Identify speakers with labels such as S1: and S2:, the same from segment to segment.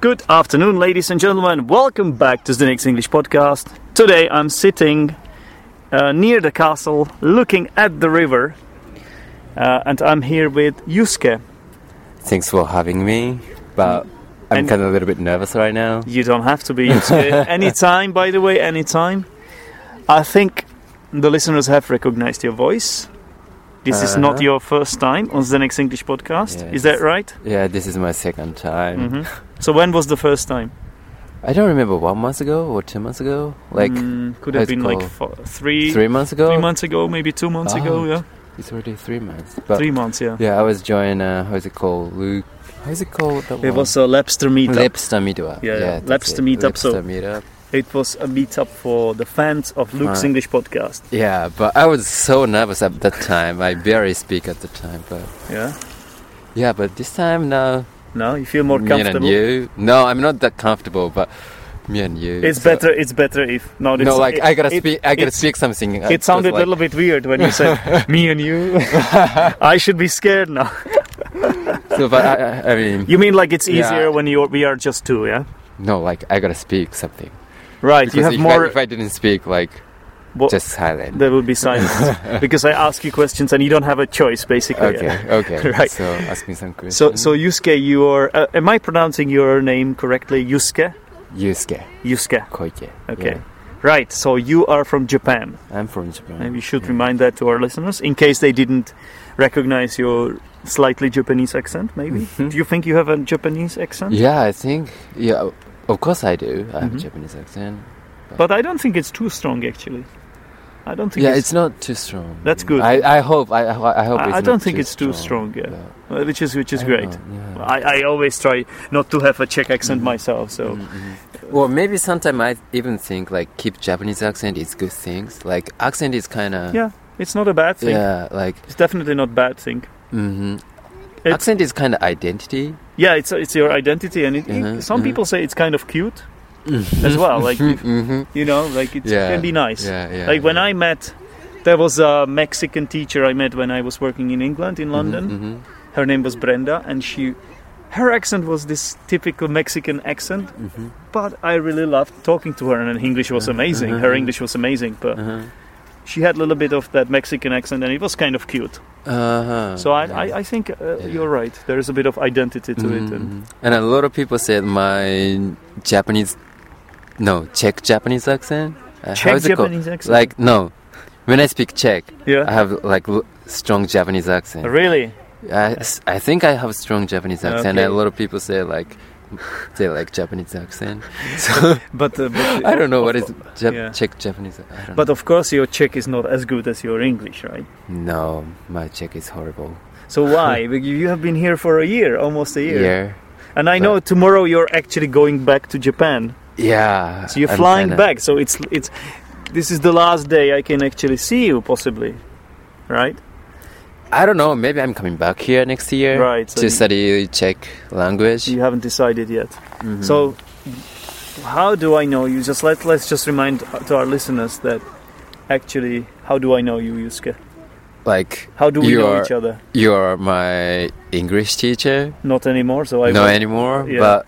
S1: Good afternoon, ladies and gentlemen. Welcome back to the next English podcast. Today I'm sitting uh, near the castle, looking at the river, uh, and I'm here with Yusuke.
S2: Thanks for having me, but I'm
S1: And-
S2: kind of a little bit nervous right now.
S1: You don't have to be Yusuke. anytime, by the way, anytime. I think the listeners have recognized your voice. This is not
S2: Uh-huh.
S1: your first time on the next English podcast.
S2: Yeah,
S1: Is that
S2: it's-
S1: right?
S2: Yeah, this is my second time.
S1: hmm So when was the first time?
S2: I don't remember one month ago or two months ago, like
S1: Mm, could have
S2: it's
S1: been like
S2: called
S1: fo- three,
S2: three months ago.
S1: three months ago, maybe two months ago.
S2: Oh,
S1: Yeah,
S2: It's already three months. But
S1: three months. Yeah.
S2: yeah, I was joining. Uh, how is it called? Luke. How is it called? That
S1: It was a Labster meetup.
S2: Lipster meetup.
S1: Yeah, yeah,
S2: that's
S1: Labster
S2: it.
S1: meetup, so-
S2: Labster meetup.
S1: it was a meetup for the fans of Luke's
S2: Right.
S1: English podcast.
S2: Yeah, but I was so nervous at that time. I barely speak at the time, but
S1: Yeah.
S2: yeah, but this time now,
S1: No, you feel more
S2: me and
S1: comfortable.
S2: you. No, I'm not that comfortable, but me and you.
S1: It's
S2: so-
S1: better. It's better if not.
S2: No, like I gotta
S1: it,
S2: speak. I gotta
S1: it's-
S2: speak something. uh,
S1: It, sounded a
S2: like,
S1: little bit weird when you said me and you. I should be scared now.
S2: So, but I, I, I mean,
S1: You mean like it's
S2: Yeah.
S1: easier when you we are just two, yeah?
S2: no, like I gotta speak something.
S1: Right.
S2: Because
S1: you have
S2: if,
S1: more.
S2: I, if I didn't speak, like
S1: Well,
S2: just silent.
S1: there will be silence because I ask you questions and you don't have a choice, basically.
S2: okay, okay.
S1: Right.
S2: So ask me some questions.
S1: So, so Yusuke, you are. Uh, am I pronouncing your name correctly? Yusuke.
S2: Yusuke
S1: Yusuke.
S2: Koike.
S1: Okay.
S2: Yeah.
S1: Right. So you are from Japan.
S2: I'm from Japan.
S1: And we should
S2: Yeah.
S1: remind that to our listeners in case they didn't recognize your slightly Japanese accent, maybe.
S2: Mhm.
S1: Do you think you have a Japanese accent?
S2: Yeah, I think. Yeah, of course I do. I have
S1: Mhm.
S2: a Japanese accent.
S1: But I don't think it's too strong, actually. I don't think
S2: Yeah,
S1: it's,
S2: it's not too strong.
S1: That's good.
S2: I, I hope. I, I I hope.
S1: I-
S2: it's
S1: I don't
S2: not
S1: think
S2: too
S1: it's too strong, yeah. uh,
S2: but
S1: which is which is
S2: I
S1: great.
S2: don't know, Mm-hmm. yeah.
S1: I, I always try not to have a Czech accent myself, so
S2: Well, maybe sometimes I even think like keep Japanese accent is good things. Like accent is kind of
S1: Yeah, it's not a bad thing.
S2: Mm-hmm. yeah, like
S1: It's definitely not bad thing.
S2: hmm
S1: It's-
S2: accent is kind of identity.
S1: Yeah, it's it's your identity, and it, it-
S2: Mhm,
S1: some
S2: mhm.
S1: people say it's kind of cute as well. Like if-
S2: hmm
S1: you know, like it
S2: Yeah,
S1: can be nice.
S2: Yeah, yeah.
S1: like when I met, there was a Mexican teacher I met when I was working in England,
S2: Mm-hmm,
S1: in London. Her name was Brenda, and she, her accent was this typical Mexican accent,
S2: hmm
S1: but I really loved talking to her, and her English was amazing. Her
S2: Mhm.
S1: English was amazing, but
S2: Uh-huh.
S1: she had a little bit of that Mexican accent, and it was kind of cute.
S2: Uh-huh.
S1: So I,
S2: yeah.
S1: I, I think uh,
S2: Yeah.
S1: you're right. There is a bit of identity to it. And,
S2: Mhm. And a lot of people said my Japanese, no Czech Japanese accent. Uh, how
S1: Czech
S2: is it called?
S1: Japanese accent,
S2: Like no, when I speak Czech, I
S1: yeah,
S2: have like l- strong Japanese accent.
S1: really.
S2: I, s- I think I have strong Japanese accent.
S1: Okay.
S2: and A lot of people say like they like Japanese accent.
S1: But, uh, but
S2: I don't know what
S1: of-
S2: is Jap-
S1: yeah.
S2: Czech Japanese. I don't
S1: But of course, your Czech is not as good as your English, right?
S2: know. no, my Czech is horrible.
S1: So why? Because you have been here for a year, almost a year.
S2: Yeah,
S1: And I know tomorrow you're actually going back to Japan.
S2: yeah.
S1: So you're
S2: I'm
S1: flying
S2: kinda-
S1: back. So it's it's this is the last day I can actually see you possibly. Right?
S2: I don't know. Maybe I'm coming back here next year
S1: Right. So
S2: to
S1: you,
S2: study Czech language.
S1: you haven't decided yet.
S2: Mhm.
S1: So how do I know you? Just let let's just remind uh, to our listeners that actually how do I know you, Yusuke?
S2: like
S1: How do we
S2: You
S1: know
S2: are-
S1: each other?
S2: you're my English teacher.
S1: Not anymore, so I
S2: no
S1: won't-
S2: anymore.
S1: yeah.
S2: But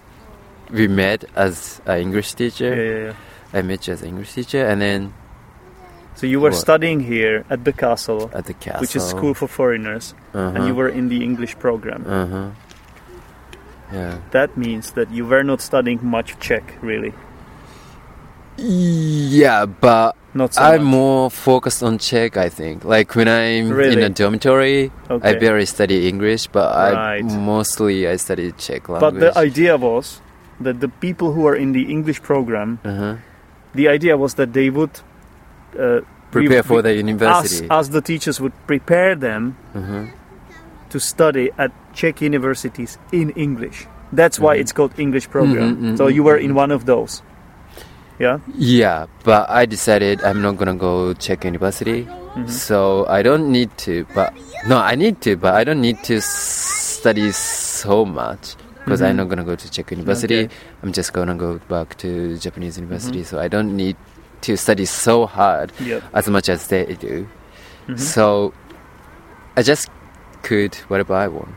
S2: we met as an English
S1: yeah,
S2: teacher.
S1: yeah, yeah.
S2: I met you as an English teacher, and then
S1: So you were
S2: What?
S1: studying here at the castle,
S2: at the castle,
S1: which is school for foreigners,
S2: uh
S1: and you were in the English program.
S2: Uh huh. Yeah.
S1: That means that you were not studying much Czech, really.
S2: Yeah, but
S1: Not so
S2: I'm
S1: much.
S2: more focused on Czech. I think. Like when I'm in
S1: Really?
S2: a dormitory,
S1: Okay.
S2: I barely study English, but I
S1: Right.
S2: mostly I study Czech
S1: but
S2: language.
S1: the idea was that the people who are in the English program,
S2: uh-huh.
S1: the idea was that they would, uh,
S2: prepare
S1: we- uh,
S2: for the
S1: us,
S2: university.
S1: us the teachers would prepare them
S2: Uh-huh.
S1: to study at Czech universities in English. That's why
S2: Mhm.
S1: it's called English program.
S2: Mhm, mhm,
S1: so you were
S2: mhm,
S1: in
S2: mhm.
S1: one of those. Yeah.
S2: Yeah, but I decided I'm not gonna go Czech university,
S1: Mhm.
S2: so I don't need to. But no, I need to, but I don't need to s- study so much because I'm
S1: Mhm.
S2: not gonna go to Czech university.
S1: Okay.
S2: I'm just gonna go back to Japanese university, so I don't need to study so hard
S1: Yeah.
S2: as much as they do.
S1: Mhm.
S2: So I just could whatever I want.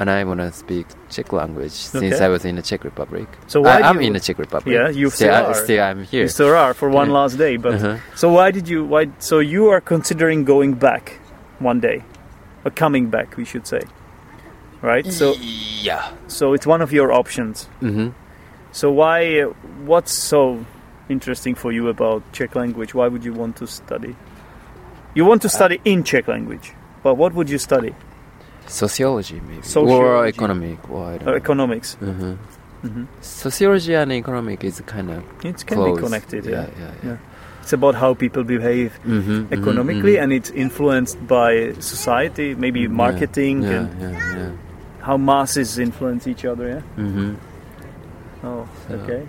S2: and I want to speak Czech language since
S1: Okay.
S2: I was in the Czech Republic.
S1: So why do
S2: I, am
S1: you-
S2: in the Czech Republic.
S1: Yeah, you
S2: still,
S1: still
S2: I-
S1: are.
S2: still I'm here.
S1: You still are for one
S2: Yeah.
S1: last day, but
S2: Uh-huh.
S1: so why did you? Why so you are considering going back one day, or coming back, we should say, right? So
S2: yeah.
S1: so it's one of your options.
S2: hmm
S1: So why? What's so interesting for you about Czech language? Why would you want to study? You want to
S2: Uh,
S1: study in Czech language, but what would you study?
S2: Sociology maybe or
S1: Sociology.
S2: economic. Well, I don't
S1: Uh,
S2: know.
S1: economics.
S2: Mhm.
S1: Mhm.
S2: Sociology and economic is kind of
S1: It can
S2: close.
S1: be connected. Yeah.
S2: Yeah, yeah, yeah.
S1: It's about how people behave
S2: Mhm,
S1: economically,
S2: mhm,
S1: and it's influenced by society, maybe
S2: mhm.
S1: marketing
S2: Yeah,
S1: and
S2: yeah, yeah.
S1: how masses influence each other. Yeah.
S2: hmm
S1: Oh,
S2: So-
S1: okay.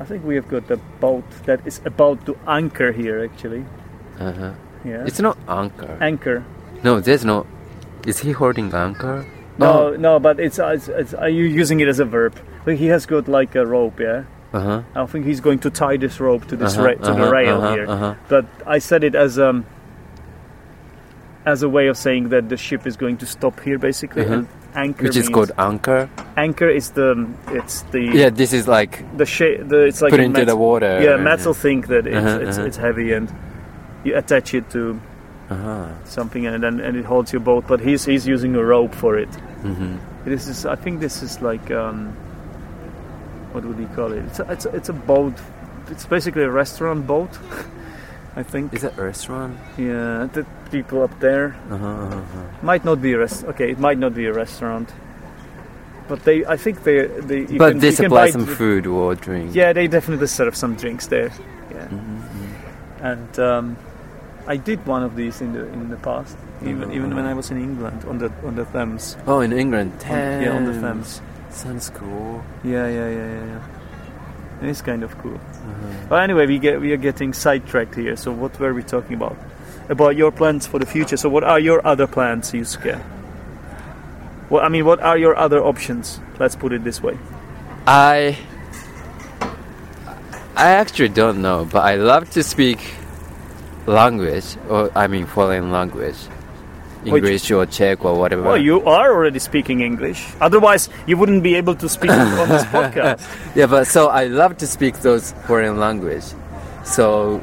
S1: I think we have got a boat that is about to anchor here, actually.
S2: Uh-huh.
S1: Yeah.
S2: It's not anchor.
S1: anchor.
S2: no, there's no. Is he holding anchor?
S1: No, no, but it's, uh, it's, it's are you using it as a verb? Like he has got like a rope, yeah.
S2: Uh huh.
S1: I think he's going to tie this rope to this
S2: Uh-huh,
S1: ra- to the
S2: uh-huh,
S1: rail
S2: uh-huh,
S1: here.
S2: uh-huh.
S1: But I said it as um as a way of saying that the ship is going to stop here, basically,
S2: Mhm.
S1: and anchor.
S2: Which is
S1: means-
S2: called anchor.
S1: anchor. Is the it's the
S2: Yeah, this is like
S1: the shape. The, it's like
S2: put
S1: a
S2: into the
S1: metal-
S2: water.
S1: Yeah, metal think that it's,
S2: Uh-huh,
S1: it's,
S2: uh-huh.
S1: it's heavy and you attach it to
S2: Uh-huh.
S1: something and then and it holds your boat. But he's he's using a rope for it.
S2: hmm
S1: This is I think this is like um, what would he call it? It's a, it's a, it's a boat. It's basically a restaurant boat. I think.
S2: Is that restaurant?
S1: yeah, the people up there
S2: Uh-huh, uh-huh. uh-huh.
S1: might not be a rest. Okay, it might not be a restaurant. But they, I think they, they. You
S2: But
S1: can,
S2: they
S1: you can
S2: supply
S1: buy-
S2: some food or drink.
S1: Yeah, they definitely serve some drinks there. Yeah.
S2: Mhm.
S1: and um, I did one of these in the in the past, even
S2: Mhm.
S1: even when I was in England on the on the Thames.
S2: Oh, in England,
S1: On, yeah, on the
S2: Thames.
S1: Thames.
S2: Sounds cool.
S1: Yeah, yeah, yeah, yeah. yeah. And it's kind of cool.
S2: Uh-huh.
S1: But anyway, we get we are getting sidetracked here. So what were we talking about? About your plans for the future. So what are your other plans, Yusuke? Well, I mean, what are your other options? Let's put it this way.
S2: I I actually don't know, but I love to speak language, or I mean foreign language,
S1: Which-
S2: English or Czech or whatever.
S1: Well, Oh, you are already speaking English. Otherwise, you wouldn't be able to speak on this podcast.
S2: yeah, but so I love to speak those foreign language. So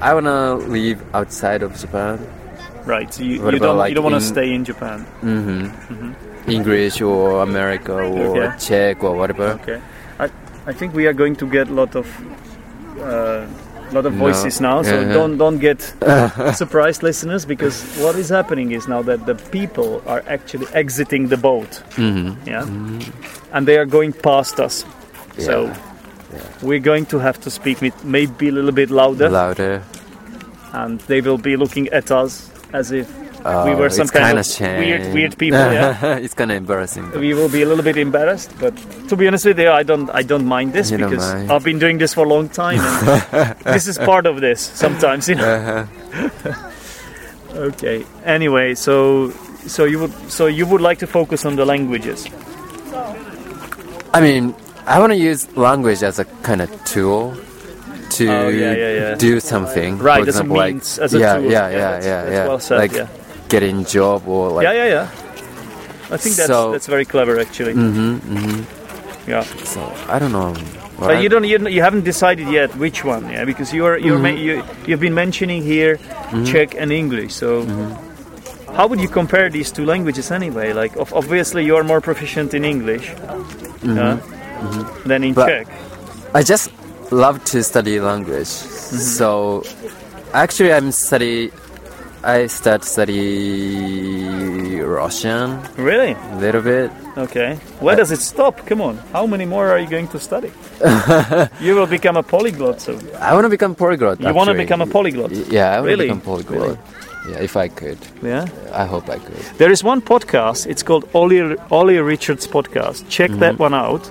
S2: I wanna live outside of Japan.
S1: Right. So you,
S2: What
S1: you
S2: about,
S1: don't
S2: like,
S1: you don't want to
S2: in-
S1: stay in Japan.
S2: hmm English or America or
S1: Okay.
S2: Czech or whatever.
S1: Okay. I, I think we are going to get a lot of uh, lot of
S2: No.
S1: voices now, so
S2: Yeah.
S1: don't don't get surprised, listeners, because what is happening is now that the people are actually exiting the boat,
S2: hmm
S1: yeah, and they are going past us. So
S2: Mm-hmm. Yeah.
S1: we're going to have to speak with maybe a little bit louder,
S2: Louder.
S1: and they will be looking at us as if we
S2: Oh,
S1: were some
S2: it's
S1: kind
S2: kinda
S1: of
S2: shame.
S1: weird weird people. Yeah.
S2: it's kind of embarrassing. but-
S1: we will be a little bit embarrassed but to be honest with you i don't i don't mind this
S2: You don't
S1: because
S2: mind.
S1: i've been doing this for a long time and this is part of this sometimes you know
S2: Uh-huh.
S1: okay anyway so so you would so you would like to focus on the languages
S2: I mean, I want to use language as a kind of tool to
S1: Oh, yeah, yeah, yeah.
S2: do something.
S1: Right,
S2: For
S1: as a
S2: example,
S1: means,
S2: like,
S1: as a
S2: yeah,
S1: tool.
S2: Yeah,
S1: Yeah,
S2: yeah, yeah,
S1: that's-
S2: yeah.
S1: that's well said,
S2: like
S1: yeah.
S2: getting job or like.
S1: yeah yeah yeah i think that's
S2: So-
S1: that's very clever actually
S2: hmm hmm
S1: yeah
S2: So I don't know.
S1: but you don't you, don't- you haven't decided yet which one yeah because you're you're ma- you, you've been mentioning here
S2: Mm-hmm.
S1: czech and english so How would you compare these two languages anyway? Like, of, obviously, you are more proficient in English yeah, than in
S2: Mm-hmm. But-
S1: Czech.
S2: I just love to study language.
S1: Mm-hmm.
S2: So actually, I'm study. I start study Russian
S1: Really?
S2: a little bit.
S1: Okay. Where does it stop? Come on. How many more are you going to study? you will become a polyglot soon.
S2: I want to become polyglot.
S1: You want to
S2: actually.
S1: become a polyglot?
S2: Yeah, I want to
S1: Really?
S2: become polyglot.
S1: Really?
S2: Yeah, if I could.
S1: Yeah.
S2: I hope I could.
S1: There is one podcast. It's called Ollie, Ollie Richards podcast. Check that
S2: Mm-hmm.
S1: one out.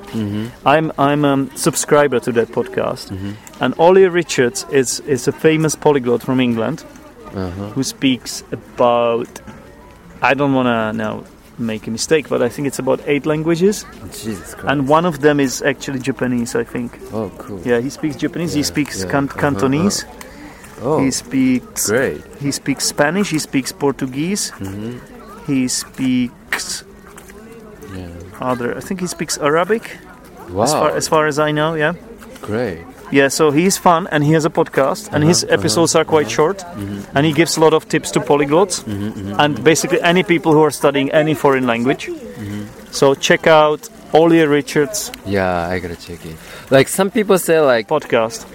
S1: I'm I'm a subscriber to that podcast,
S2: Mm-hmm.
S1: and Ollie Richards is is a famous polyglot from England
S2: Uh-huh.
S1: who speaks about. I don't want to now make a mistake, but I think it's about eight languages,
S2: Oh, Jesus Christ.
S1: and one of them is actually Japanese. I think.
S2: oh, cool.
S1: Yeah, he speaks Japanese. he
S2: Yeah,
S1: speaks
S2: yeah,
S1: can-
S2: uh-huh,
S1: Cantonese.
S2: Oh,
S1: He speaks.
S2: great.
S1: He speaks Spanish. He speaks Portuguese. He speaks other. I think he speaks Arabic,
S2: Wow,
S1: as, far, as far as I know. Yeah,
S2: great.
S1: yeah. So he's fun, and he has a podcast, and his
S2: Uh-huh,
S1: episodes are quite short,
S2: Mm-hmm.
S1: and he gives a lot of tips to polyglots, and basically any people who are studying any foreign language.
S2: Mm-hmm.
S1: So check out Ollie Richards'
S2: Yeah, I gotta check it. Like some people say, like
S1: podcast.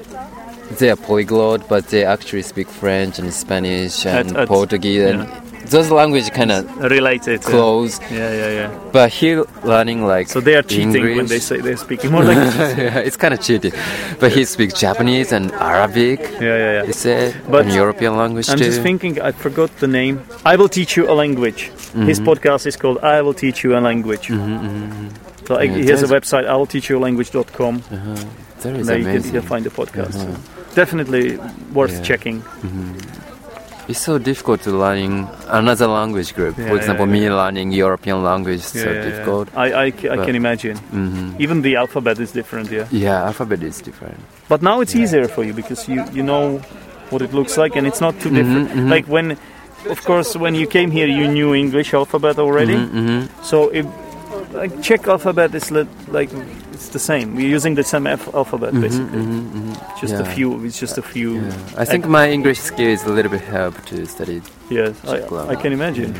S2: they are polyglot, but they actually speak French and Spanish and
S1: at-
S2: Portuguese,
S1: yeah.
S2: and those language kind of
S1: Related. yeah.
S2: close.
S1: Yeah, yeah, yeah.
S2: But here, learning like
S1: So they are cheating when
S2: English.
S1: they say they're speaking more languages.
S2: yeah, it's kind of cheating. But he speaks Japanese and Arabic.
S1: yeah, yeah, yeah.
S2: He said,
S1: But
S2: and European language
S1: I'm
S2: too.
S1: just thinking, I forgot the name. I will teach you a language. His
S2: Mm-hmm.
S1: podcast is called I Will Teach You a Language. So I-
S2: mm-hmm. Yeah,
S1: he has a
S2: there's-
S1: website, I will teach you a language.com.
S2: that is
S1: There you can,
S2: amazing. Uh-huh.
S1: you can find the podcast. Definitely worth
S2: Yeah.
S1: checking.
S2: It's so difficult to learning another language group.
S1: Yeah,
S2: For example,
S1: yeah,
S2: me learning European language is so difficult.
S1: I, I ca- I
S2: But-
S1: can imagine.
S2: Mhm.
S1: Even the alphabet is different, yeah.
S2: Yeah, alphabet is different.
S1: But now it's easier for you because you, you know what it looks like and it's not too different.
S2: mhm.
S1: Like when, of course, when you came here, you knew English alphabet already.
S2: Mm-hmm.
S1: So if like Czech alphabet is li- like it's the same. We're using the same alph- alphabet basically. Just a
S2: Mm-hmm, Yeah.
S1: few. It's just a few.
S2: mm-hmm. Yeah. I think my English skill is a little bit help to study.
S1: Yeah,
S2: Czech
S1: I, I
S2: language.
S1: can imagine.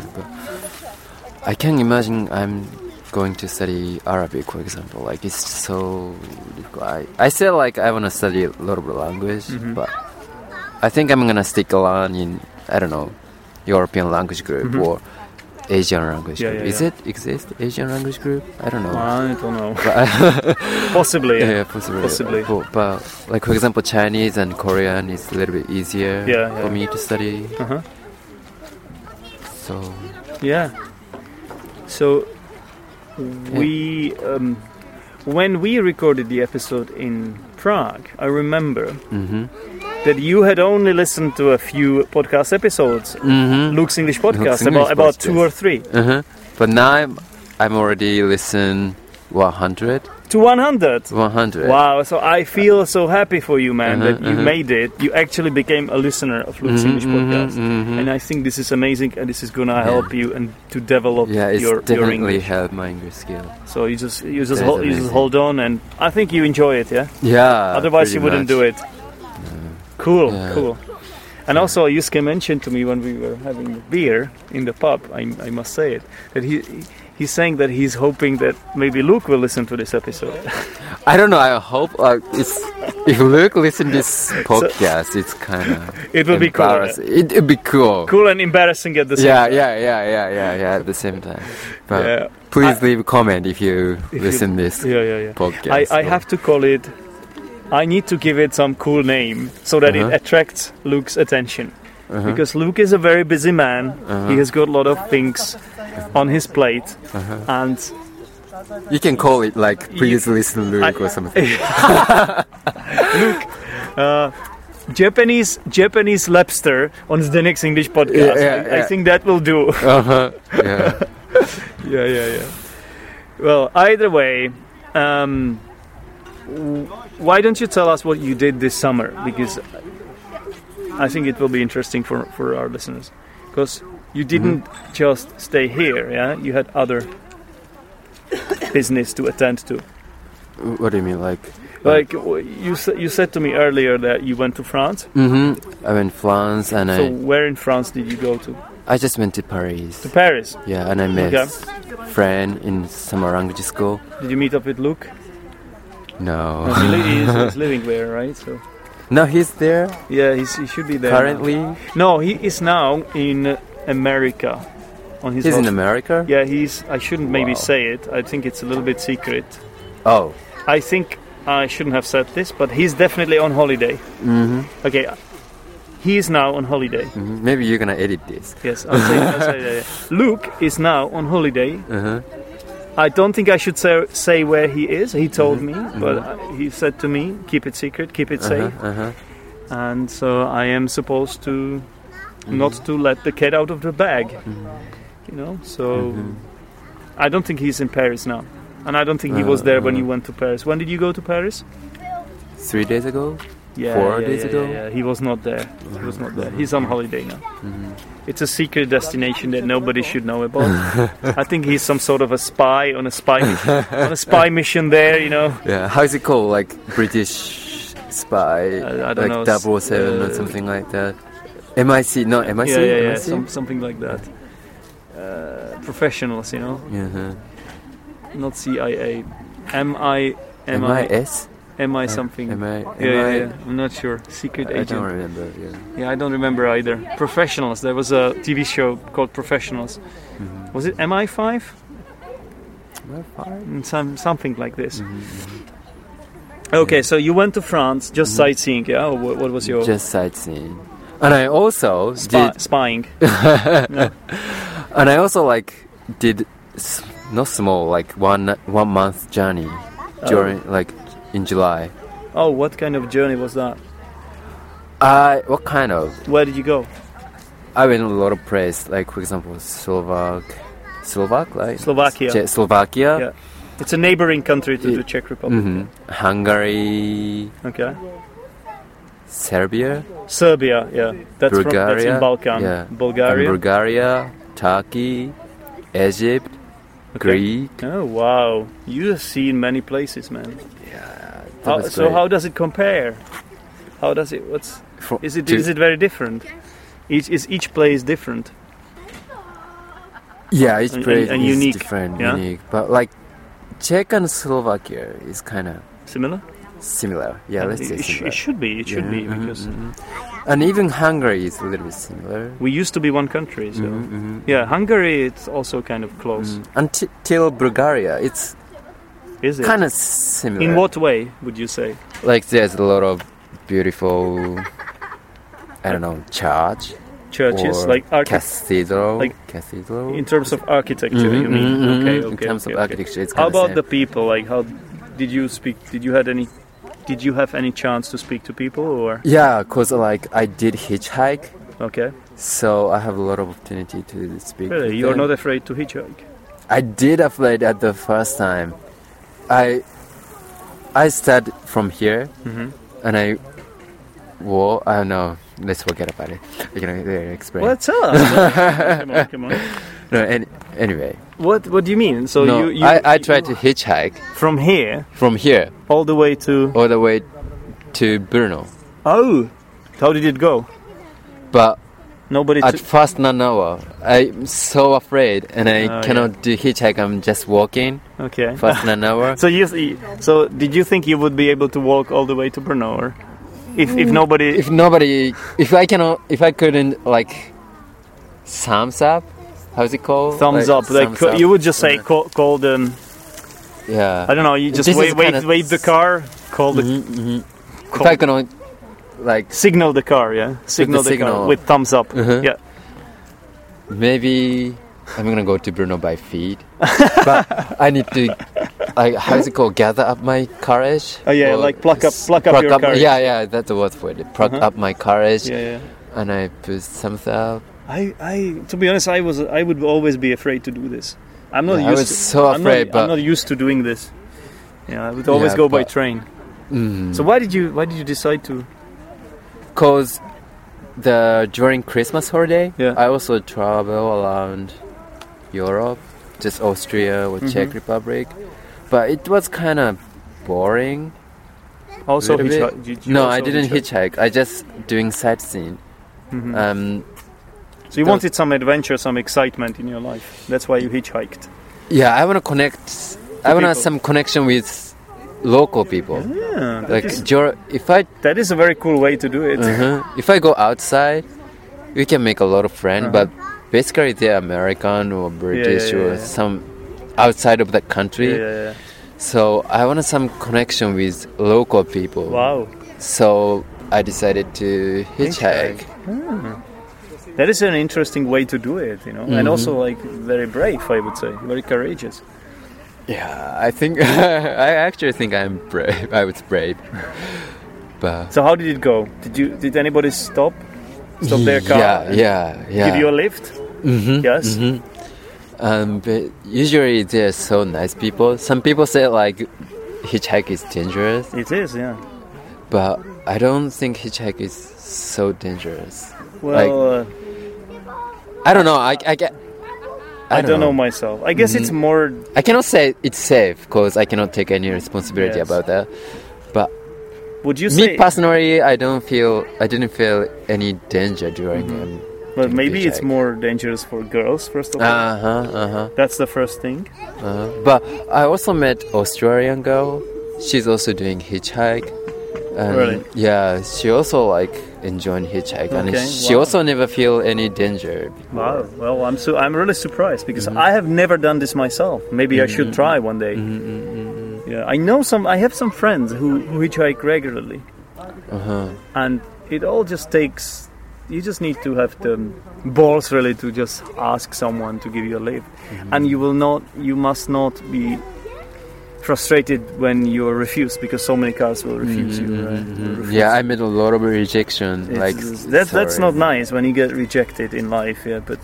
S2: I can imagine I'm going to study Arabic, for example. Like it's so difficult. I, I say like I want to study a lot of language,
S1: Mm-hmm.
S2: but I think I'm gonna stick along in I don't know European language group or Asian language
S1: Mm-hmm. Yeah,
S2: group.
S1: yeah,
S2: is
S1: yeah.
S2: it exist Asian language group? I don't know.
S1: I don't know.
S2: But I-
S1: Possibly.
S2: yeah,
S1: Yeah.
S2: yeah, possibly.
S1: Possibly.
S2: But, but, like for example, Chinese and Korean is a little bit easier
S1: Yeah, yeah.
S2: for me to study.
S1: Uh-huh.
S2: So
S1: Yeah. So we um, when we recorded the episode in Prague, I remember
S2: mm-hmm.
S1: that you had only listened to a few podcast episodes.
S2: Mm-hmm.
S1: Luke's English podcast
S2: Luke's
S1: about
S2: English
S1: about two
S2: podcast.
S1: or three
S2: Uh-huh. But now I'm, I'm already listen 100.
S1: to 100.
S2: 100.
S1: Wow, so I feel so happy for you, man,
S2: Uh-huh,
S1: that you
S2: uh-huh.
S1: made it. You actually became a listener of Luke's
S2: Mhm,
S1: English podcast.
S2: mhm, mhm.
S1: And I think this is amazing and this is gonna help you and to develop
S2: yeah, it's
S1: your, your
S2: definitely
S1: English.
S2: help my English skill.
S1: So you just you just
S2: That's
S1: hold, you just
S2: amazing. Uh,
S1: hold on and I think you enjoy it, yeah?
S2: Yeah.
S1: Otherwise you wouldn't do it. Cool,
S2: Yeah.
S1: cool. And also Yusuke mentioned to me when we were having the beer in the pub, I, I must say it, that he he's saying that he's hoping that maybe Luke will listen to this episode.
S2: I don't know. I hope uh, it's, if Luke listen this podcast, it's kind of
S1: It will be cool. yeah.
S2: It would be cool.
S1: Cool and embarrassing at the same
S2: Yeah,
S1: time.
S2: yeah, yeah, yeah, yeah, yeah. At the same time, but
S1: Yeah.
S2: please leave a comment if you listen this
S1: Yeah, yeah, yeah.
S2: podcast.
S1: I, I
S2: or-
S1: have to call it. I need to give it some cool name so that
S2: Uh-huh.
S1: it attracts Luke's attention.
S2: Uh-huh.
S1: Because Luke is a very busy man. He has got a lot of things on his plate.
S2: Uh-huh.
S1: And
S2: you can call it like please listen Luke or something.
S1: Japanese Japanese Lapster on the next English podcast.
S2: Yeah, yeah,
S1: I, I
S2: yeah.
S1: think that will do.
S2: Uh-huh. Yeah.
S1: yeah, yeah, yeah. Well, either way, um, w- why don't you tell us what you did this summer? Because I think it will be interesting for, for our listeners. Because you didn't just stay here, yeah? You had other business to attend to.
S2: What do you mean, like?
S1: Like w- you, sa- you said to me earlier that you went to France.
S2: Mm-hmm. I went France and
S1: So where in France did you go to?
S2: I I just went to Paris.
S1: To Paris.
S2: Yeah, and I met
S1: Okay.
S2: friend in summer language school.
S1: Did you meet up with Luke?
S2: No,
S1: No, he li- he's, he's living there, right? So
S2: no, he's there
S1: yeah, he's, he should be there. now.
S2: currently.
S1: No, he is now in America. On his
S2: He's in
S1: host-
S2: America.
S1: Yeah, he's. I shouldn't maybe
S2: Wow.
S1: say it. I think it's a little bit secret.
S2: Oh,
S1: I think I shouldn't have said this, but he's definitely on holiday.
S2: hmm
S1: Okay, he is now on holiday.
S2: Mm-hmm. maybe you're gonna edit this.
S1: Yes, I'll say, I'll say that. yeah. Luke is now on holiday.
S2: Uh-huh.
S1: I don't think I should say, say where he is. He told
S2: Mm-hmm.
S1: me, but uh he said to me, "Keep it secret, keep it
S2: Uh-huh.
S1: safe."
S2: Uh-huh.
S1: and so I am supposed to not to let the cat out of the bag. You know, so
S2: Mm-hmm.
S1: I don't think he's in Paris now,
S2: Uh,
S1: and I don't think he was there when you went to Paris. When did you go to Paris?
S2: Three days ago.
S1: Yeah,
S2: Four
S1: yeah,
S2: days
S1: yeah,
S2: ago?
S1: yeah, yeah. He was not there. He was not there. He's on holiday now.
S2: Mhm.
S1: It's a secret destination that nobody should know about. I think he's some sort of a spy on a spy on a spy mission there. You know,
S2: Yeah, how is it called? Like British spy,
S1: I- I don't know,
S2: like
S1: s-
S2: 007
S1: uh,
S2: or something like that. MIC, no, MIC?
S1: yeah, yeah, yeah,
S2: MIC?
S1: some, something like that. Uh, professionals, you know,
S2: Yeah, huh.
S1: not CIA. M I M I
S2: MIS?
S1: M I something.
S2: Am I?
S1: yeah, yeah, yeah.
S2: am
S1: I'm not sure. Secret
S2: I, I don't
S1: agent.
S2: remember. Yeah.
S1: Yeah, I don't remember either. Professionals. There was a TV show called Professionals.
S2: Mhm.
S1: Was it MI5?
S2: Am I five?
S1: Mm, Some, something like this.
S2: Mhm,
S1: Okay,
S2: Yeah.
S1: so you went to France just
S2: Mhm.
S1: sightseeing, yeah? Or what, what was your
S2: Just sightseeing, and I also
S1: spy,
S2: did,
S1: spying?
S2: and I also like did, s- not small, like one one month journey during like in July.
S1: Oh, what kind of journey was that?
S2: I what kind of?
S1: Where did you go?
S2: I went a lot of place, like for example, Slovak, Slovak, like
S1: Slovakia.
S2: Czech- Slovakia,
S1: Yeah. It's a neighboring country to the
S2: Yeah.
S1: Czech Republic.
S2: Mhm. Hungary,
S1: Okay.
S2: Serbia,
S1: Serbia, yeah. That's from that's in
S2: Bulgaria,
S1: Balkan.
S2: yeah.
S1: Bulgaria.
S2: and Bulgaria, Turkey, Egypt,
S1: okay.
S2: Greek.
S1: Oh wow. You have seen many places, man.
S2: That
S1: How,
S2: was
S1: so
S2: great.
S1: how does it compare? How does it what's
S2: Fro-
S1: Is it
S2: to-
S1: is it very different? Each is each place different.
S2: yeah, it's
S1: and-
S2: pretty
S1: and
S2: it's
S1: unique,
S2: different,
S1: yeah?
S2: unique. But like Czech and Slovakia is kind of
S1: Similar?
S2: similar. Yeah,
S1: Uh,
S2: let's
S1: it,
S2: say
S1: it sh-
S2: similar.
S1: it should be. It should
S2: Yeah,
S1: be
S2: mhm,
S1: because
S2: mhm. and even Hungary is a little bit similar.
S1: we used to be one country. So
S2: Mhm, mhm.
S1: yeah, Hungary it's also kind of close.
S2: Mm. Until till Bulgaria, it's
S1: Is it?
S2: Mm-hmm. kind of similar.
S1: In what way would you say?
S2: Like there's a lot of beautiful, I don't know, church,
S1: Churches
S2: Or
S1: like archi-
S2: cathedral,
S1: like-
S2: cathedral.
S1: in terms of architecture.
S2: Mhm,
S1: you mean?
S2: mhm,
S1: Okay,
S2: mhm.
S1: okay.
S2: in terms
S1: okay,
S2: of
S1: okay.
S2: architecture, it's
S1: How
S2: kinda
S1: about
S2: same.
S1: the people? Like, how did you speak? Did you had any? Did you have any chance to speak to people or?
S2: Yeah, cause like I did hitchhike,
S1: Okay,
S2: so I have a lot of opportunity to speak. with
S1: really, you're
S2: them.
S1: not afraid to hitchhike.
S2: I did afraid at the first time. I I started from here
S1: hmm
S2: and I well I don't know. Let's forget about it. We're gonna uh, explain.
S1: What's up? come on, come on.
S2: No. Any, anyway.
S1: What What do you mean? So
S2: no,
S1: you, you
S2: I I tried to hitchhike
S1: from here
S2: from here
S1: all the way to
S2: all the way to Brno,
S1: oh, how did it go?
S2: but
S1: Nobody.
S2: at
S1: took-
S2: first not hour. I'm so afraid and I
S1: Oh,
S2: cannot do hitchhike. I'm just walking
S1: okay.
S2: first uh, an hour.
S1: So you see, so did you think you would be able to walk all the way to Brno, or if if nobody?
S2: Mm. if nobody if i cannot if i couldn't like thumbs up how's it called
S1: Thumbs up. Like
S2: thumbs
S1: co-
S2: up.
S1: you would just say
S2: Yeah.
S1: call, call them. I
S2: yeah
S1: don't know. You just
S2: This
S1: wait,
S2: is
S1: wait,
S2: kinda-
S1: wait the car. Call the
S2: Mhm, mhm. if
S1: call,
S2: i cannot like
S1: signal the car. Yeah, signal the, car
S2: signal.
S1: with thumbs up.
S2: Mhm.
S1: Yeah.
S2: maybe i'm gonna go to bruno by feet but i need to like how's it called gather up my courage
S1: Oh yeah,
S2: Or
S1: like pluck up-
S2: s-
S1: pluck up your courage.
S2: yeah yeah that's the word for it pluck
S1: Uh-huh.
S2: up my courage
S1: Yeah. yeah.
S2: and i put thumbs up
S1: I, I, to be honest, I was, I would always be afraid to do this. I'm not
S2: Yeah, I
S1: used.
S2: was
S1: to,
S2: so
S1: I'm not-
S2: afraid, but-
S1: I'm not used to doing this. Yeah, I would always
S2: Yeah,
S1: go by
S2: but-
S1: train.
S2: Mm.
S1: So why did you, why did you decide to?
S2: Cause the during Christmas holiday,
S1: Yeah.
S2: I also travel around Europe, just Austria or Czech
S1: Mhm.
S2: Republic, but it was kind of boring.
S1: Also,
S2: Little
S1: hitchhike? Did you
S2: no,
S1: also
S2: I didn't hitchhike. I just doing sightseeing.
S1: Mhm.
S2: Um,
S1: so you
S2: that-
S1: wanted some adventure, some excitement in your life. That's why you hitchhiked.
S2: yeah, I want to connect. I want to
S1: people. Mm-hmm.
S2: some connection with local people.
S1: Yeah, that,
S2: Like
S1: is,
S2: dur- if I
S1: that is a very cool way to do it.
S2: uh if I go outside, we can make a lot of friends.
S1: Uh-huh.
S2: But basically, they're American or British
S1: yeah,
S2: or
S1: yeah.
S2: some outside of that
S1: Yeah,
S2: country.
S1: yeah,
S2: So I wanted some connection with local people.
S1: yeah. Wow,
S2: So I decided to hitchhike.
S1: that is an interesting way to do it, you know, and
S2: Mhm.
S1: also like very brave, I would say, very courageous.
S2: Yeah, I think I actually think I'm brave. I was brave, but
S1: So how did it go? Did you did anybody stop? Stop their car?
S2: Yeah,
S1: and
S2: yeah, yeah.
S1: Give you a lift?
S2: Mhm,
S1: Yes.
S2: mhm. Um, but usually they're so nice people. Some people say like hitchhike is dangerous,
S1: It is, yeah.
S2: but I don't think hitchhike is so dangerous.
S1: Well, uh,
S2: I don't know. I I get.
S1: I, don't know. myself. I guess it's
S2: Mm-hmm.
S1: more.
S2: I cannot say it's safe because I cannot take any responsibility
S1: Yes.
S2: about that. But
S1: Would you
S2: me
S1: say?
S2: personally, I don't feel. I didn't feel any danger during. Um,
S1: Well, maybe it's
S2: hitchhike.
S1: more dangerous for girls. First of all,
S2: uh huh. Uh huh.
S1: that's the first thing.
S2: Uh, but I also met Australian girl. She's also doing hitchhike. And
S1: Really?
S2: Yeah, she also like enjoying hitchhike, and
S1: Okay,
S2: she
S1: wow.
S2: also never feel any danger.
S1: Wow. Well, I'm so I'm really surprised because
S2: Mm-hmm.
S1: I have never done this myself. Maybe I should try one day.
S2: Mm, Mm-hmm.
S1: Yeah, I know some. I have some friends who, who hitchhike regularly,
S2: Uh huh.
S1: and it all just takes. You just need to have the balls really to just ask someone to give you a lift, and you will not. You must not be frustrated when you are refused because so many cars will
S2: Mm,
S1: refuse
S2: Mm-hmm,
S1: you. Right? Will refuse
S2: Yeah, I met a lot of rejection.
S1: it's-
S2: like
S1: that, that's
S2: sorry.
S1: not nice when you get rejected in life yeah but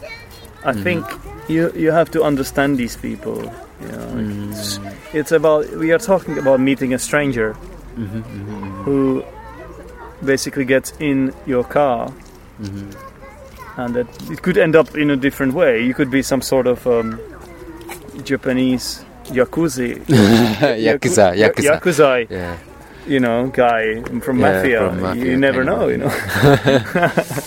S1: i think you you have to understand these people you know,
S2: Mm.
S1: like, it's, it's about we are talking about meeting a stranger Mm-hmm, who basically gets in your car mm-hmm. and that it could end up in a different way you could be some sort of um, japanese yakuza
S2: yakuza,
S1: Yaku-
S2: yakuza.
S1: yakuza
S2: Yeah.
S1: you know guy from
S2: Yeah,
S1: mafia,
S2: from
S1: you
S2: mafia
S1: never
S2: kind of
S1: know you know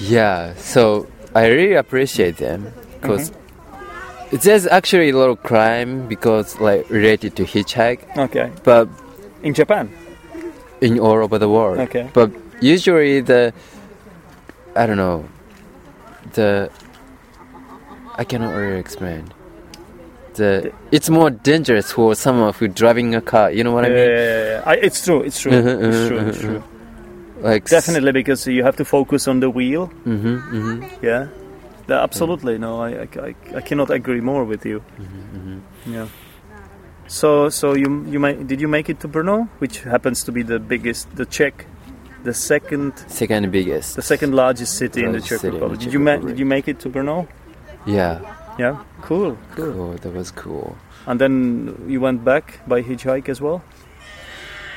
S2: Yeah. So I really appreciate them because
S1: Mm-hmm.
S2: there's actually a lot of crime because like related to hitchhike,
S1: okay
S2: but
S1: in japan
S2: in all over the world.
S1: Okay.
S2: But usually the I don't know the I cannot really explain. The it's more dangerous for someone who driving a car. You know what I
S1: Yeah,
S2: mean?
S1: yeah, yeah, yeah. Uh, I, it's true. It's true.
S2: Mhm,
S1: it's
S2: mhm,
S1: true. It's
S2: mhm,
S1: true.
S2: Like
S1: Definitely because you have to focus on the wheel.
S2: Mm-hmm, mm-hmm.
S1: Yeah. The-
S2: Mm.
S1: absolutely. No, I, I, I, I cannot agree more with you.
S2: Mm-hmm,
S1: Yeah. So so you you ma- did you make it to Brno, which happens to be the biggest, the Czech, the second,
S2: Second biggest.
S1: the second largest city in the
S2: Largest
S1: Czech
S2: city in the
S1: Republic. Did
S2: Czech
S1: you ma-
S2: Republic.
S1: did you make it to Brno?
S2: Yeah.
S1: Yeah. Cool. Cool.
S2: Cool. That was cool.
S1: And then you went back by hitchhike as well.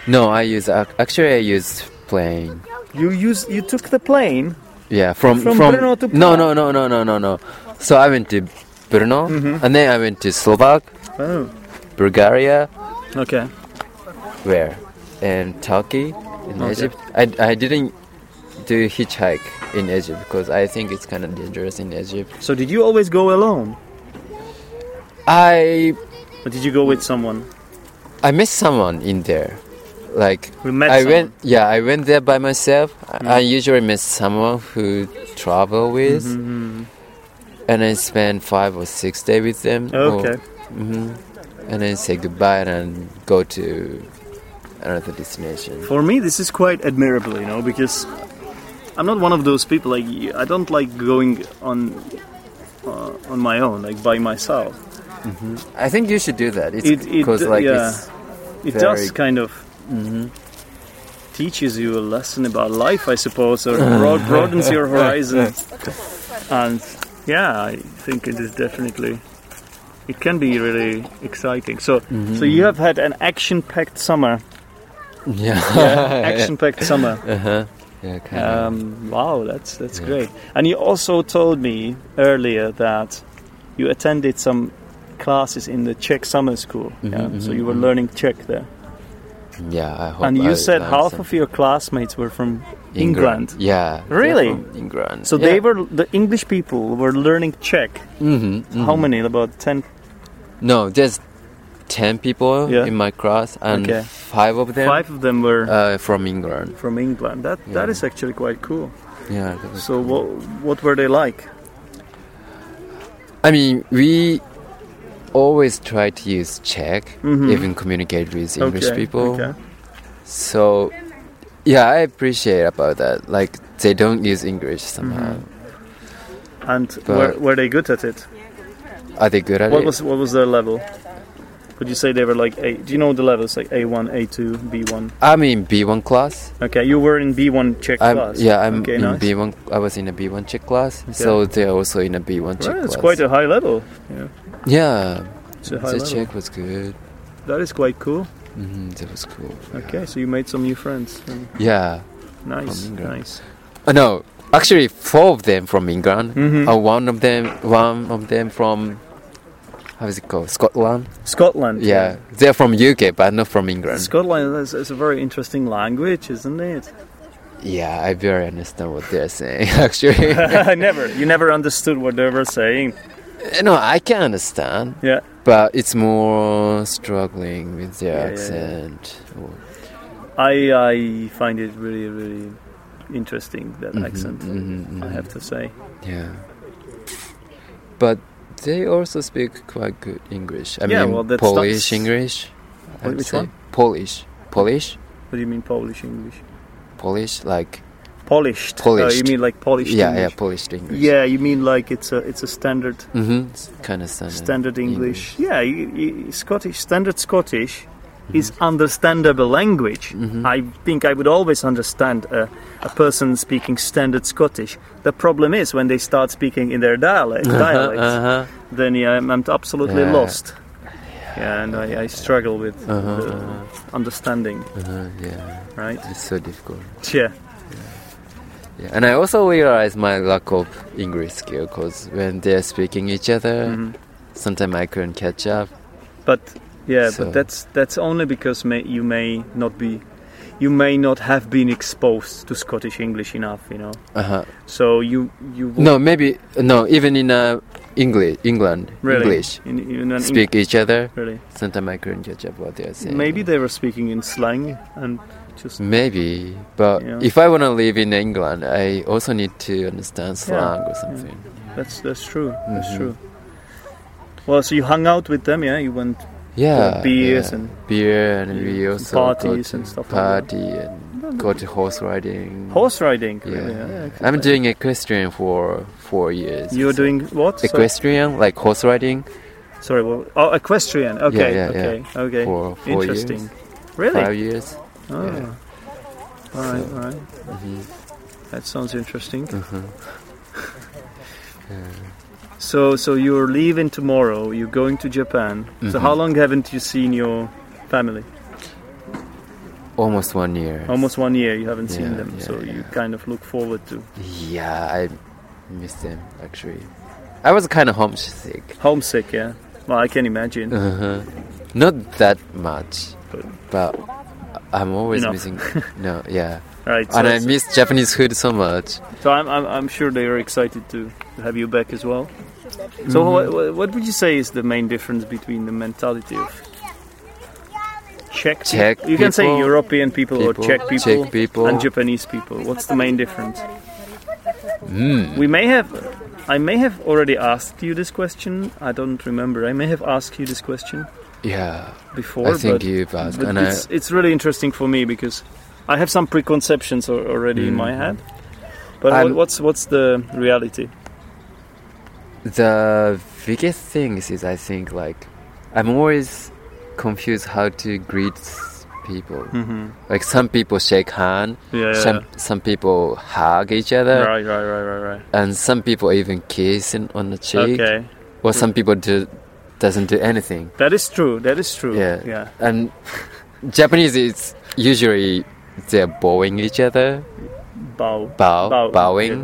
S2: No, I use ac- actually I used plane.
S1: You used you took the plane.
S2: Yeah, from
S1: From
S2: from,
S1: Brno to
S2: no
S1: Prague.
S2: no no no no no no. So I went to Brno
S1: Mm-hmm.
S2: and then I went to Slovak,
S1: Oh.
S2: Bulgaria,
S1: Okay.
S2: where, and Turkey, in
S1: Okay.
S2: Egypt. I, I didn't do hitchhike in Egypt because I think it's kind of dangerous in Egypt.
S1: So did you always go alone?
S2: I
S1: Or did you go with someone?
S2: I met someone in there, like
S1: We met.
S2: I
S1: someone.
S2: went. Yeah, I went there by myself. I I
S1: Mm-hmm.
S2: usually met someone who travel with,
S1: Mm-hmm,
S2: and I spend five or six days with them. or-
S1: Okay.
S2: Mhm. And then say goodbye and go to another destination.
S1: For me, this is quite admirable, you know, because I'm not one of those people. Like y- I don't like going on uh, on my own, like by myself.
S2: I think you should do that. It's
S1: It- it-
S2: because like
S1: yeah.
S2: it's
S1: It
S2: Very- Mm-hmm.
S1: does kind of teaches you a lesson about life, I suppose, or broad- broadens your horizon. And yeah, I think it is definitely. It can be really exciting. So,
S2: Mm-hmm.
S1: so you have had an action-packed summer.
S2: yeah,
S1: action-packed summer.
S2: Uh huh. Yeah, kind of.
S1: Um, wow, that's that's great. And you also told me earlier that you attended some classes in the Czech summer school.
S2: Mm-hmm,
S1: yeah? So you were learning Czech there.
S2: Yeah, I hope.
S1: and you
S2: I
S1: said
S2: learned
S1: half
S2: some-
S1: of your classmates were from England.
S2: Yeah. they're
S1: Really?
S2: from England.
S1: So they were the English people were learning Czech.
S2: hmm
S1: How many? About ten.
S2: No, there's ten people
S1: Yeah.
S2: in my class, and
S1: Okay.
S2: five of them
S1: Five of them were
S2: uh, from England.
S1: from England. That that is actually quite cool.
S2: Yeah. that was-
S1: So what what were they like?
S2: I mean, we always try to use Czech, even communicate with
S1: Mm-hmm.
S2: English
S1: okay.
S2: people.
S1: Okay.
S2: So, yeah, I appreciate about that. Like they don't use English somehow.
S1: And were,
S2: But-
S1: were they good at it?
S2: Are they good at
S1: Mm-hmm. What
S2: it?
S1: was what was their level? Would you say they were like A? Do you know the levels like A one, A two, B one?
S2: I'm in B1 class.
S1: Okay, you were in B one Czech
S2: I'm
S1: class.
S2: yeah, I'm
S1: okay,
S2: in
S1: nice.
S2: B1. I was in a B1 Czech class. So they're also in a B1 Czech
S1: Well,
S2: class.
S1: it's quite a high level. Yeah,
S2: yeah.
S1: it's a high
S2: the
S1: level.
S2: Czech was good.
S1: That is quite cool.
S2: hmm that was cool.
S1: Okay, so you made some new friends. um,
S2: Yeah.
S1: Nice,
S2: From England.
S1: nice.
S2: Uh, no, actually, four of them from England.
S1: Mhm.
S2: Uh, one of them, one of them from how is it called? Scotland.
S1: Scotland.
S2: Yeah, they're from UK, but not from England.
S1: Scotland is, is a very interesting language, isn't it?
S2: yeah, I barely understand what they're saying. Actually,
S1: never. You never understood what they were saying.
S2: no, I can understand,
S1: Yeah.
S2: but it's more struggling with their
S1: Yeah, yeah, yeah.
S2: accent. or-
S1: I, I find it really, really interesting, that
S2: Mhm,
S1: accent,
S2: mhm, mhm.
S1: I have to say.
S2: Yeah, but they also speak quite good English. I
S1: Yeah,
S2: mean,
S1: well, that's-
S2: Polish
S1: that's-
S2: English.
S1: Wh-
S2: I'd
S1: which
S2: say.
S1: one?
S2: Polish, Polish,
S1: What do you mean Polish English?
S2: Polish, like.
S1: Polished. Oh, you
S2: Polished.
S1: mean like Polish
S2: yeah,
S1: English?
S2: yeah, Polish English.
S1: Yeah, you mean like it's a it's a standard
S2: Mm-hmm. Kind of standard.
S1: standard English. Yeah, y y Scottish standard Scottish
S2: Mm-hmm.
S1: is understandable language.
S2: Mhm.
S1: I think I would always understand a, a person speaking standard Scottish. The problem is when they start speaking in their dialect, dialect
S2: Uh-huh.
S1: then yeah, I'm, I'm absolutely
S2: Yeah.
S1: lost. Yeah, and I, I struggle with
S2: Uh-huh,
S1: the understanding,
S2: Uh-huh. Yeah,
S1: right?
S2: it's so difficult.
S1: Yeah.
S2: Yeah. And I also realized my lack of English skill because when they're speaking each other,
S1: mhm.
S2: sometimes I couldn't catch up.
S1: But yeah,
S2: So-
S1: but that's that's only because may, you may not be, you may not have been exposed to Scottish English enough, you know.
S2: Uh-huh.
S1: So you you will-
S2: No, maybe no. Even in uh, English, England,
S1: really
S2: English
S1: in, in an
S2: speak each other.
S1: Eng- really.
S2: Sometimes I couldn't catch up what they're saying.
S1: Maybe they were speaking in slang and just
S2: Maybe, but
S1: Yeah.
S2: if I want to live in England, I also need to understand slang or something.
S1: that's that's true. That's
S2: Mhm.
S1: true. Well, so you hung out with them, yeah? You went
S2: Yeah,
S1: for beers
S2: yeah.
S1: and
S2: beer and
S1: Yeah,
S2: we
S1: and
S2: also go
S1: parties
S2: to
S1: and stuff like that.
S2: party and go to horse riding.
S1: horse riding. Really?
S2: Yeah.
S1: yeah, good
S2: I'm
S1: plan.
S2: doing equestrian for four years.
S1: You're
S2: so-
S1: doing what? Sorry-
S2: equestrian, like horse riding,
S1: Sorry, well, oh, equestrian. Okay,
S2: yeah, yeah.
S1: okay, okay.
S2: for four years,
S1: Interesting. Really?
S2: five years.
S1: Oh.
S2: yeah.
S1: All right,
S2: So-
S1: all right.
S2: Mhm.
S1: That sounds interesting.
S2: Mhm.
S1: So, so you're leaving tomorrow. You're going to Japan. So,
S2: Mhm.
S1: how long haven't you seen your family?
S2: Almost one year.
S1: Almost one year. You haven't seen
S2: Yeah,
S1: them.
S2: yeah,
S1: so you
S2: yeah.
S1: kind of look forward to
S2: Yeah, I missed them actually. I was kind of homesick.
S1: homesick. Yeah. Well, I can imagine.
S2: Uh-huh. Not that much,
S1: But-
S2: but I'm always
S1: Enough.
S2: missing. No, yeah,
S1: All right. So,
S2: and I
S1: so-
S2: miss Japanese food so much.
S1: so I'm, I'm, I'm sure they are excited to to have you back as well. So, what, what- what would you say is the main difference between the mentality of Czech? peop-
S2: Czech
S1: You can say
S2: people-
S1: European people, or Czech people.
S2: Czech people.
S1: and Japanese people. What's the main difference?
S2: Mm.
S1: We may have, I may have already asked you this question. I don't remember. I may have asked you this question
S2: Yeah,
S1: before,
S2: I think
S1: but,
S2: you've asked,
S1: but
S2: and I,
S1: it's, it's really interesting for me because I have some preconceptions al- already in my
S2: Mm-hmm.
S1: head. But what,
S2: I'm-
S1: what's what's the reality?
S2: the biggest thing is I think like I'm always confused how to greet s- people.
S1: Mm-hmm.
S2: Like some people shake hand,
S1: Yeah, yeah,
S2: some some people hug each
S1: yeah.
S2: other,
S1: right, right, right, right, right.
S2: and some people even kiss in, on the cheek,
S1: Okay,
S2: or some people do doesn't do anything.
S1: that is true. That is true.
S2: Yeah.
S1: yeah.
S2: And Japanese is usually they're bowing each other,
S1: Bow,
S2: bow, bowing,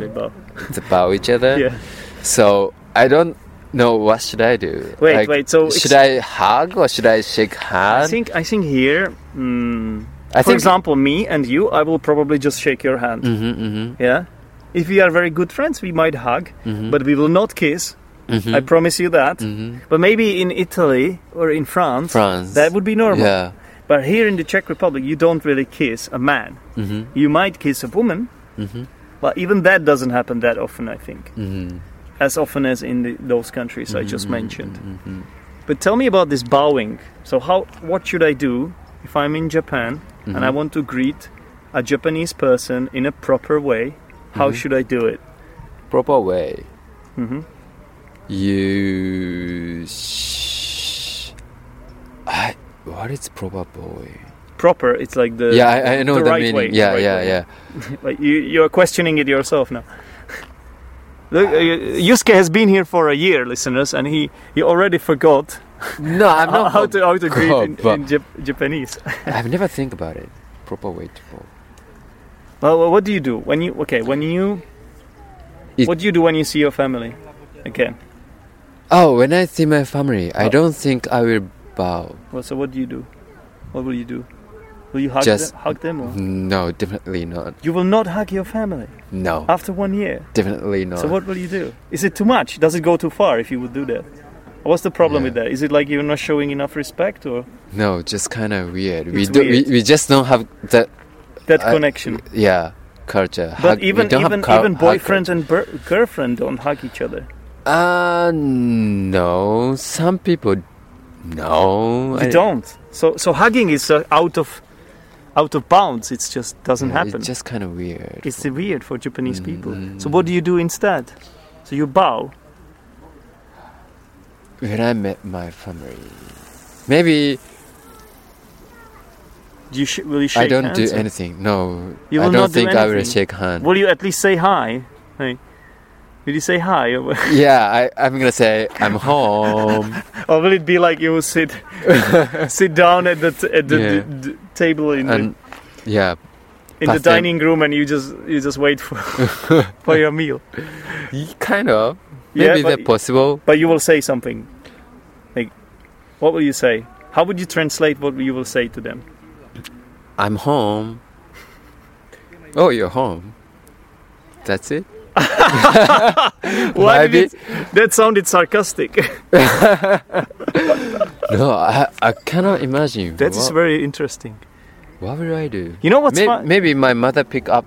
S1: Yeah, they bow.
S2: to bow each other.
S1: Yeah.
S2: So I don't know what should I do.
S1: Wait,
S2: Like,
S1: wait. So
S2: should
S1: ex-
S2: I hug or should I shake hand?
S1: I think I think here. Mm,
S2: I
S1: for example, me and you, I will probably just shake your hand.
S2: Mhm, mhm,
S1: Yeah. If we are very good friends, we might hug,
S2: mhm,
S1: but we will not kiss.
S2: mhm,
S1: I promise you that.
S2: mhm.
S1: But maybe in Italy or in France,
S2: France.
S1: that would be normal.
S2: Yeah.
S1: But here in the Czech Republic, you don't really kiss a man.
S2: Mhm,
S1: You might kiss a woman,
S2: mhm,
S1: but even that doesn't happen that often, I think,
S2: mhm,
S1: as often as in the, those countries I just
S2: mhm,
S1: mentioned.
S2: mhm,
S1: But tell me about this bowing. So how? What should I do if I'm in Japan and I
S2: Mhm.
S1: want to greet a Japanese person in a proper way? How
S2: Mhm.
S1: should I do it?
S2: Proper way.
S1: hmm
S2: You. Sh- I. What is proper boy?
S1: proper. It's like the
S2: yeah, I, I know
S1: the
S2: the,
S1: right
S2: meaning.
S1: way, the
S2: yeah,
S1: right
S2: yeah,
S1: way.
S2: yeah.
S1: Like you you're questioning it yourself now. Look, uh, Yusuke has been here for a year, listeners, and he he already forgot
S2: No, I'm
S1: How,
S2: not.
S1: how to how to greet in,
S2: Koba.
S1: in Jap- Japanese?
S2: I've never think about it. Proper way to go.
S1: Well, well, what do you do when you okay when you?
S2: It-
S1: what do you do when you see your family? Again,
S2: Oh, when I see my family, I
S1: Oh.
S2: don't think I will bow.
S1: well, so what do you do? What will you do? Will you hug
S2: Just-
S1: them? Hug them? Or?
S2: No, definitely not.
S1: You will not hug your family
S2: No,
S1: after one year.
S2: definitely not.
S1: So what will you do? Is it too much? Does it go too far if you would do that? What's the problem
S2: Yeah.
S1: with that? Is it like you're not showing enough respect or
S2: No, just kind of weird. we
S1: It's
S2: do.
S1: weird.
S2: We, we just don't have that.
S1: that
S2: I-
S1: connection?
S2: Yeah, culture.
S1: But
S2: Hug- we
S1: even
S2: don't have
S1: even
S2: cul-
S1: even
S2: hug
S1: boyfriend and bur- girlfriend don't hug each other.
S2: culture. Uh, no. Some people. No,
S1: You
S2: I-
S1: don't. So so hugging is uh, out of out of bounds. It just doesn't
S2: yeah,
S1: happen.
S2: It's just kind of weird.
S1: It's weird for Japanese people. So
S2: Mm.
S1: what do you do instead? So you bow.
S2: when I met my family, maybe
S1: Do you sh- will you shake
S2: I don't
S1: hands?
S2: do
S1: or-
S2: anything. No,
S1: You
S2: I
S1: will
S2: don't
S1: not do
S2: think I will
S1: anything.
S2: shake hand.
S1: Will you at least say hi? Hey, will you say hi, or,
S2: Yeah, I, I'm gonna say I'm home.
S1: or will it be like you will sit sit down at the t- at the
S2: Yeah.
S1: d- d- table in
S2: and yeah,
S1: the, in the
S2: past them.
S1: dining room and you just you just wait for for your meal?
S2: kind of.
S1: Yeah,
S2: Maybe
S1: but-
S2: that possible.
S1: But you will say something. Like, what will you say? How would you translate what you will say to them?
S2: I'm home. Oh, you're home. That's it.
S1: Why
S2: Maybe.
S1: did it, that sounded sarcastic?
S2: No, I, I cannot imagine.
S1: that is
S2: what,
S1: very interesting.
S2: what will I do?
S1: You know what's
S2: May-
S1: fun?
S2: maybe my mother pick up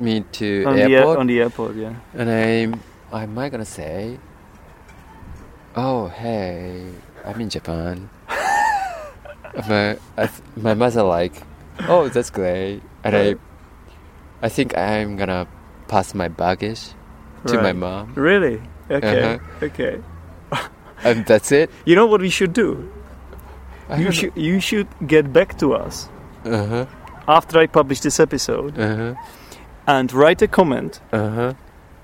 S2: me to
S1: on the air,
S2: airport,
S1: on the airport, yeah.
S2: and I'm I might gonna say, "Oh, hey, I'm in Japan." my I th- my mother like, "Oh, that's great," and I I think I'm gonna pass my baggage to my
S1: Right.
S2: mom,
S1: Really? Okay.
S2: Uh-huh.
S1: Okay.
S2: and that's it.
S1: You know what we should do?
S2: I
S1: You
S2: don't
S1: should you should get back to us
S2: Uh-huh.
S1: after I publish this episode
S2: Uh-huh.
S1: and write a comment
S2: Uh-huh.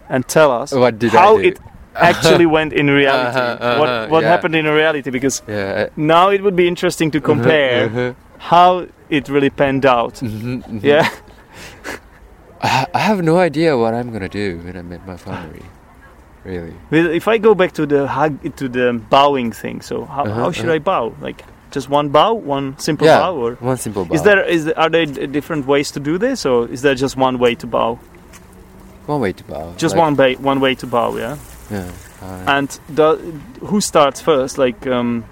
S1: and tell us
S2: What did
S1: how
S2: I do?
S1: it actually went in reality.
S2: Oh. Uh-huh, uh-huh,
S1: what what
S2: yeah.
S1: happened in reality because
S2: yeah. I-
S1: now it would be interesting to compare
S2: Uh-huh.
S1: how it really panned out.
S2: Mhm, mhm.
S1: Yeah.
S2: I, I have no idea what I'm gonna do when I met my family. Really.
S1: Well, If I go back to the hug, to the bowing thing, so how,
S2: Uh-huh,
S1: how should
S2: uh-huh.
S1: I bow? Like just one bow, one simple
S2: Yeah.
S1: bow, or
S2: One simple bow.
S1: is there is are there d- different ways to do this, or is there just one way to bow?
S2: one way to bow?
S1: Just
S2: like-
S1: one way, one way to bow, yeah.
S2: Yeah. uh,
S1: And the, who starts first? Like um,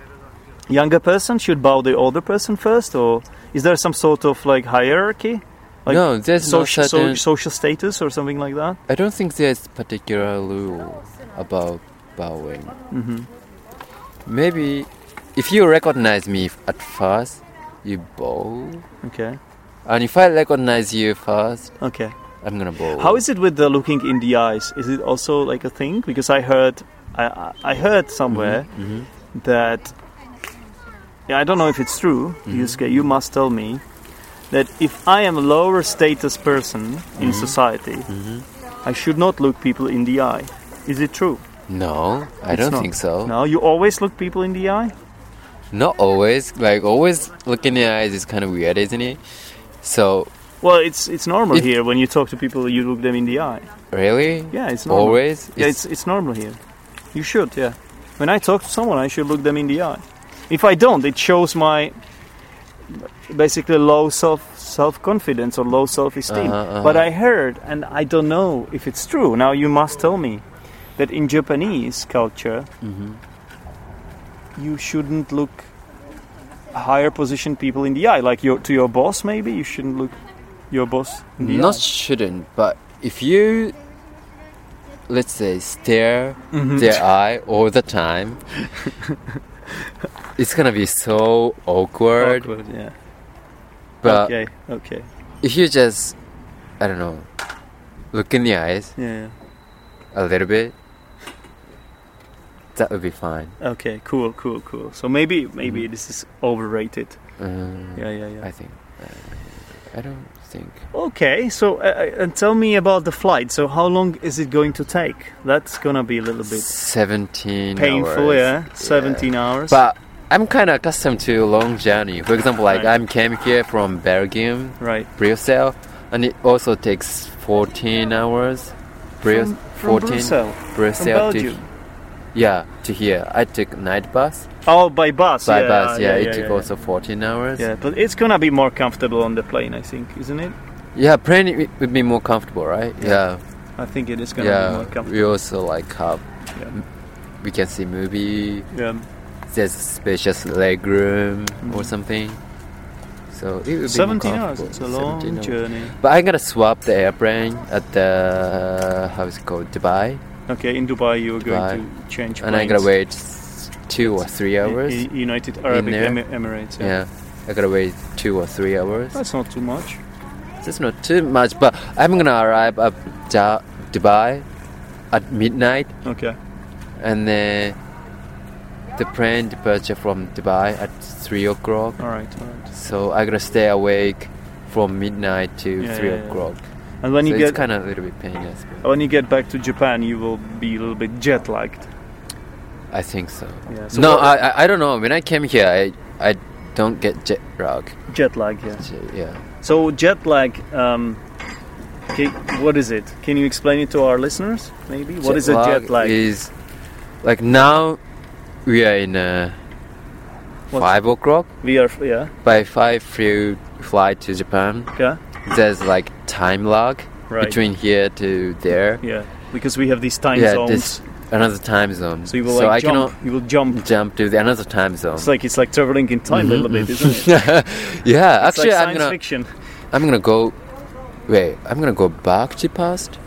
S1: younger person should bow the older person first, or is there some sort of like hierarchy, like
S2: no, there's
S1: social
S2: no certain.
S1: social status or something like that?
S2: I don't think there's particular rule about bowing.
S1: hmm
S2: Maybe if you recognize me f- at first, you bow,
S1: Okay,
S2: and if I recognize you first,
S1: okay.
S2: I'm gonna bow.
S1: How is it with the looking in the eyes? Is it also like a thing? Because I heard, I, I- I heard somewhere
S2: Mhm,
S1: that, yeah, I don't know if it's true. Yusuke, you must tell me that if I am a lower status person in society,
S2: mhm.
S1: I should not look people in the eye. Is it true?
S2: No, I
S1: It's
S2: don't
S1: not.
S2: think so.
S1: No, you always look people in the eye.
S2: Not always. Like always, looking in the eyes is kind of weird, isn't it? So
S1: Well, it's it's normal
S2: It-
S1: here when you talk to people, you look them in the eye.
S2: really,
S1: Yeah, it's normal.
S2: always.
S1: Yeah, it's, it's normal here. You should, yeah. When I talk to someone, I should look them in the eye. If I don't, it shows my basically low self self confidence or low self esteem.
S2: Uh-huh, uh-huh.
S1: But I heard, and I don't know if it's true. Now you must tell me that in Japanese culture,
S2: Mhm.
S1: you shouldn't look higher positioned people in the eye, like your to your boss. Maybe you shouldn't look your boss in the
S2: not
S1: eye.
S2: shouldn't, but if you let's say stare
S1: Mhm.
S2: their eye all the time, it's gonna be so awkward.
S1: Awkward, yeah.
S2: But
S1: okay, okay,
S2: if you just I don't know, look in the eyes
S1: yeah.
S2: a little bit, that would be fine.
S1: Okay, cool, cool,
S2: Mm-hmm.
S1: cool. So maybe maybe this is overrated.
S2: Um,
S1: Yeah, yeah, yeah.
S2: I think. I don't think.
S1: Okay, so uh, uh, and tell me about the flight. So how long is it going to take? That's gonna be a little bit
S2: 17
S1: painful,
S2: hours.
S1: yeah. Seventeen hours.
S2: But I'm kind of accustomed to long journey. For example, like
S1: Right.
S2: I'm came here from Belgium,
S1: right.
S2: Brussels, and it also takes 14 hours. Brus-
S1: From, from
S2: 14
S1: Brussels, from
S2: Brussels to
S1: Belgium.
S2: yeah to here. I took night bus.
S1: Oh, by bus.
S2: By
S1: yeah,
S2: bus, yeah, it took
S1: yeah.
S2: also 14 hours.
S1: Yeah, but it's gonna be more comfortable on the plane, I think, isn't it?
S2: Yeah, plane it would be more comfortable, right?
S1: Yeah.
S2: Yeah,
S1: I think it is
S2: yeah.
S1: gonna be more comfortable.
S2: We also like have,
S1: Yeah.
S2: we can see movie.
S1: Yeah.
S2: There's spacious leg room or
S1: Mhm.
S2: something. So it would be more
S1: 17 hours.
S2: comfortable.
S1: It's a long
S2: 17 hours.
S1: journey.
S2: But I'm gonna swap the airplane at the how is it called Dubai,
S1: Okay, in Dubai you are going
S2: Dubai.
S1: to change.
S2: and I'm gonna
S1: planes.
S2: wait s- two or three
S1: I-
S2: hours.
S1: I- United Arab
S2: there.
S1: Emi- Emirates. Yeah.
S2: yeah, I gotta wait two or three hours.
S1: That's not too much.
S2: That's not too much, but I'm gonna arrive at Ja- Dubai at midnight,
S1: Okay.
S2: and then the plane departure from Dubai at three o'clock.
S1: All right. All right.
S2: So I'm gonna stay awake from midnight to
S1: Yeah,
S2: three
S1: yeah, yeah.
S2: o'clock.
S1: And when
S2: so
S1: you
S2: it's
S1: get
S2: kind of a little bit painless. But
S1: when you get back to Japan, you will be a little bit jet lagged. Oh.
S2: I think so.
S1: Yeah. So
S2: no,
S1: what-
S2: I, I I don't know. When I came here, I I don't get jet lag.
S1: jet lag. Yeah.
S2: J- Yeah.
S1: So jet lag. Um, ca- what is it? Can you explain it to our listeners? Maybe. what is a jet lag?
S2: Is like now we are in uh,
S1: What?
S2: five o'clock.
S1: we are. Yeah.
S2: By five, flew fly to Japan.
S1: Okay.
S2: There's like time lag
S1: Right.
S2: between here to there.
S1: Yeah. Because we have these time
S2: yeah,
S1: zones.
S2: this another time zone.
S1: so you will
S2: so
S1: like
S2: I
S1: jump. You will
S2: cannot
S1: jump.
S2: jump to the another time zone.
S1: It's like it's like traveling in time a little bit, isn't it? It's
S2: yeah,
S1: like
S2: actually, I'm
S1: science
S2: gonna
S1: fiction.
S2: I'm gonna go. Wait, I'm gonna go back to past.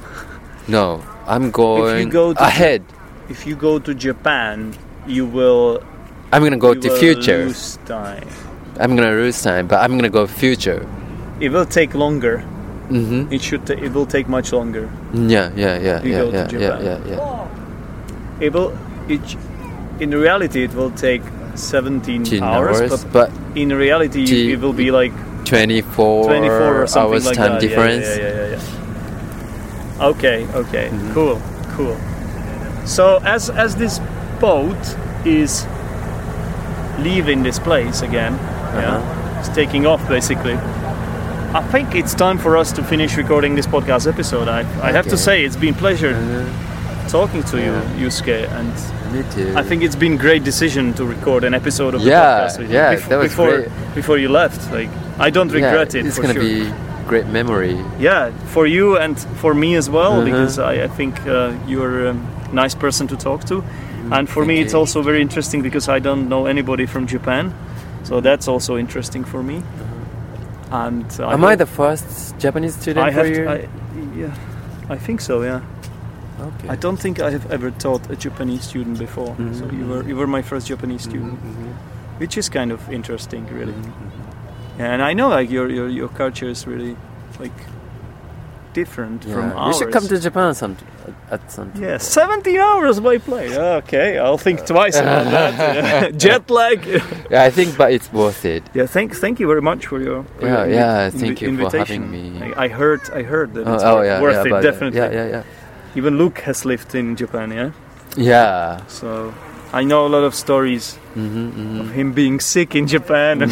S2: No, I'm going
S1: go to-
S2: ahead.
S1: If you go to Japan, you will
S2: I'm gonna go
S1: you
S2: to
S1: will
S2: future.
S1: lose time.
S2: I'm gonna lose time, but I'm gonna go future.
S1: It will take longer.
S2: hmm
S1: It should. ta- it will take much longer.
S2: Yeah, yeah, yeah,
S1: You
S2: yeah,
S1: go to
S2: yeah, yeah,
S1: Japan.
S2: yeah, yeah.
S1: It will. It, sh- in reality, it will take 17
S2: Ten
S1: hours,
S2: hours,
S1: but
S2: but
S1: in reality,
S2: T-
S1: you, it will be like
S2: 24,
S1: 24 or something
S2: hours
S1: like
S2: time
S1: that. Yeah,
S2: difference. Mm-hmm.
S1: Yeah, yeah, yeah, yeah. Okay, okay, cool, cool. So as as this boat is leaving this place again,
S2: Uh-huh.
S1: yeah, it's taking off basically. I think it's time for us to finish recording this podcast episode. I, I have to
S2: Okay.
S1: say it's been pleasure
S2: Uh,
S1: talking to
S2: Yeah.
S1: you, Yusuke, and
S2: me too.
S1: I think it's been great decision to record an episode of
S2: Yeah,
S1: the podcast with
S2: yeah,
S1: you before,
S2: that was
S1: before,
S2: great.
S1: before you left. Like I don't
S2: Yeah,
S1: regret it.
S2: It's
S1: for
S2: gonna
S1: sure.
S2: be great memory.
S1: yeah for you and for me as well
S2: Mhm.
S1: because I, I think uh, you're a nice person to talk to, and for me
S2: thank
S1: it's
S2: you.
S1: also very interesting because I don't know anybody from Japan, so that's also interesting for me. And I
S2: Am I
S1: hope-
S2: the first Japanese student
S1: I
S2: for
S1: have
S2: you?
S1: I, yeah, I think so. Yeah,
S2: okay.
S1: I don't think I have ever taught a Japanese student before. So
S2: Mm-hmm.
S1: you were you were my first Japanese student
S2: Mhm,
S1: which is kind of interesting really
S2: mhm,
S1: and i know like your your, your culture is really like different
S2: mhm.
S1: from
S2: Yeah.
S1: ours
S2: You should come to Japan some at some. time.
S1: yeah 17 hours by plane okay i'll
S2: Uh,
S1: think twice about that jet lag
S2: Yeah, I think, but it's worth it.
S1: yeah thank thank you very much for your for your
S2: Yeah,
S1: invi-
S2: yeah, thank
S1: invi-
S2: you for
S1: invitation.
S2: having me.
S1: I, I heard i heard that
S2: Oh,
S1: it's
S2: oh,
S1: wor-
S2: yeah,
S1: worth
S2: yeah,
S1: it
S2: but, uh,
S1: definitely
S2: Yeah, yeah, yeah.
S1: even luke has lived in japan yeah
S2: Yeah.
S1: so i know a lot of stories
S2: Mm-hmm,
S1: of him being sick in japan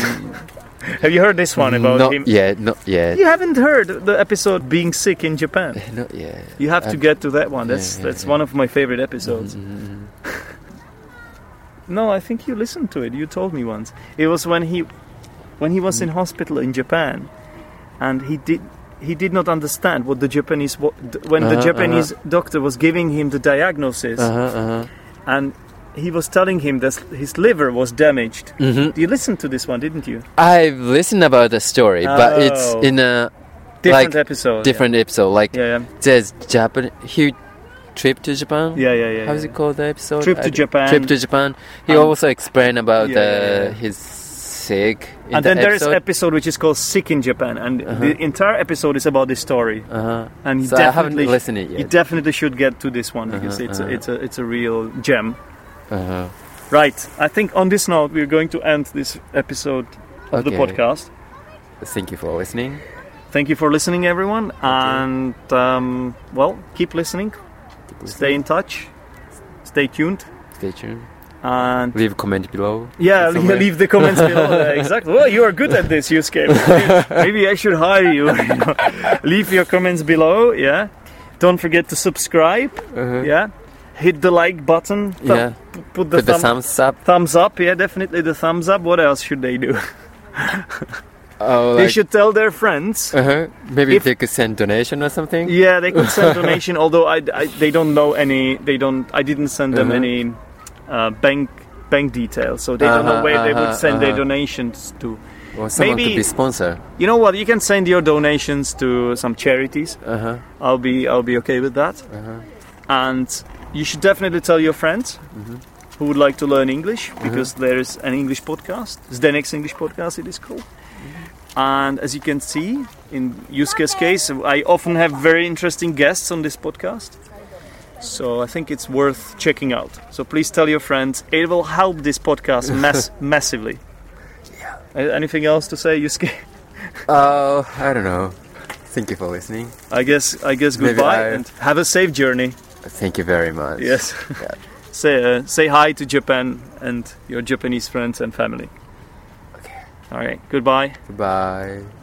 S1: have you heard this one about
S2: Mm. not
S1: him
S2: yet, not yet. Eh,
S1: You haven't heard the episode being sick in Japan.
S2: Not yet.
S1: You have to
S2: Um,
S1: get to that one. That's
S2: yeah, yeah,
S1: that's
S2: yeah.
S1: one of my favorite episodes.
S2: Mhm,
S1: No, I think you listened to it. You told me once. It was when he when he was
S2: Hmm.
S1: in hospital in Japan and he did he did not understand what the Japanese wa- th- when the
S2: Uh-huh,
S1: Japanese doctor was giving him the diagnosis
S2: mhm. Uh-huh, uh-huh.
S1: and he was telling him that his liver was damaged.
S2: Mhm.
S1: You listened to this one, didn't you?
S2: I've listened about the story, but it's
S1: Oh.
S2: in a
S1: Different
S2: Like,
S1: episode. yeah.
S2: different episode. Like
S1: Yeah, yeah,
S2: there's Japan huge trip to Japan.
S1: yeah, yeah. yeah,
S2: How's
S1: yeah.
S2: it called? The episode
S1: Trip to
S2: I d-
S1: Japan.
S2: Trip to Japan. He
S1: And-
S2: also explained about
S1: Yeah, yeah,
S2: the,
S1: yeah.
S2: his sick. In
S1: and
S2: the
S1: then there is
S2: episode.
S1: episode which is called Sick in Japan, and
S2: Uh-huh.
S1: the entire episode is about this story.
S2: uh-huh.
S1: And you
S2: So I haven't
S1: definitely,
S2: listened it
S1: you
S2: yet.
S1: definitely should get to this one because
S2: Uh-huh,
S1: it's a,
S2: uh-huh.
S1: it's a it's a real gem.
S2: uh-huh.
S1: Right. I think on this note we're going to end this episode of the
S2: Okay.
S1: podcast.
S2: Thank you for listening.
S1: Thank you for listening, everyone, and um, well, keep listening. Stay in touch. Stay tuned.
S2: Stay tuned.
S1: And
S2: Leave a comment below.
S1: yeah, le-
S2: somewhere.
S1: leave the comments below. Uh, exactly. Well, you are good at this, Yusuke. Maybe, maybe I should hire you. you know. Leave your comments below. Yeah. Don't forget to subscribe.
S2: Uh-huh.
S1: Yeah. Hit the like button. Thumb-
S2: Yeah.
S1: p- Put the,
S2: Put the
S1: thumb-
S2: thumbs up.
S1: thumbs up. Yeah, definitely the thumbs up. What else should they do?
S2: Oh,
S1: they
S2: like-
S1: should tell their friends.
S2: Uh-huh. Maybe
S1: If-
S2: they could send donation or something.
S1: Yeah, they could send donation. although I, I- they don't know any. They don't. I didn't send them
S2: Uh-huh.
S1: any uh, bank bank details, so they don't know
S2: Uh-huh,
S1: where they would
S2: uh-huh,
S1: send their
S2: uh-huh.
S1: donations to.
S2: Or someone
S1: Maybe-
S2: could be sponsor.
S1: You know what? You can send your donations to some charities.
S2: Uh-huh.
S1: I'll be I'll be okay with that.
S2: Uh-huh.
S1: And you should definitely tell your friends
S2: Mhm.
S1: who would like to learn English
S2: Mm-hmm.
S1: because there is an English podcast. It's the next English podcast. It is called.
S2: Mm-hmm.
S1: And as you can see, in Yusuke's case, I often have very interesting guests on this podcast. So I think it's worth checking out. So please tell your friends. It will help this podcast mass- massively. Yeah. Anything else to say, Yusuke?
S2: Oh, I don't know. Thank you for listening.
S1: I guess I guess
S2: Maybe
S1: goodbye
S2: I-
S1: and have a safe journey.
S2: Thank you very much.
S1: Yes.
S2: Yeah.
S1: say uh, say hi to Japan and your Japanese friends and family. Okay. All right. Goodbye.
S2: Goodbye.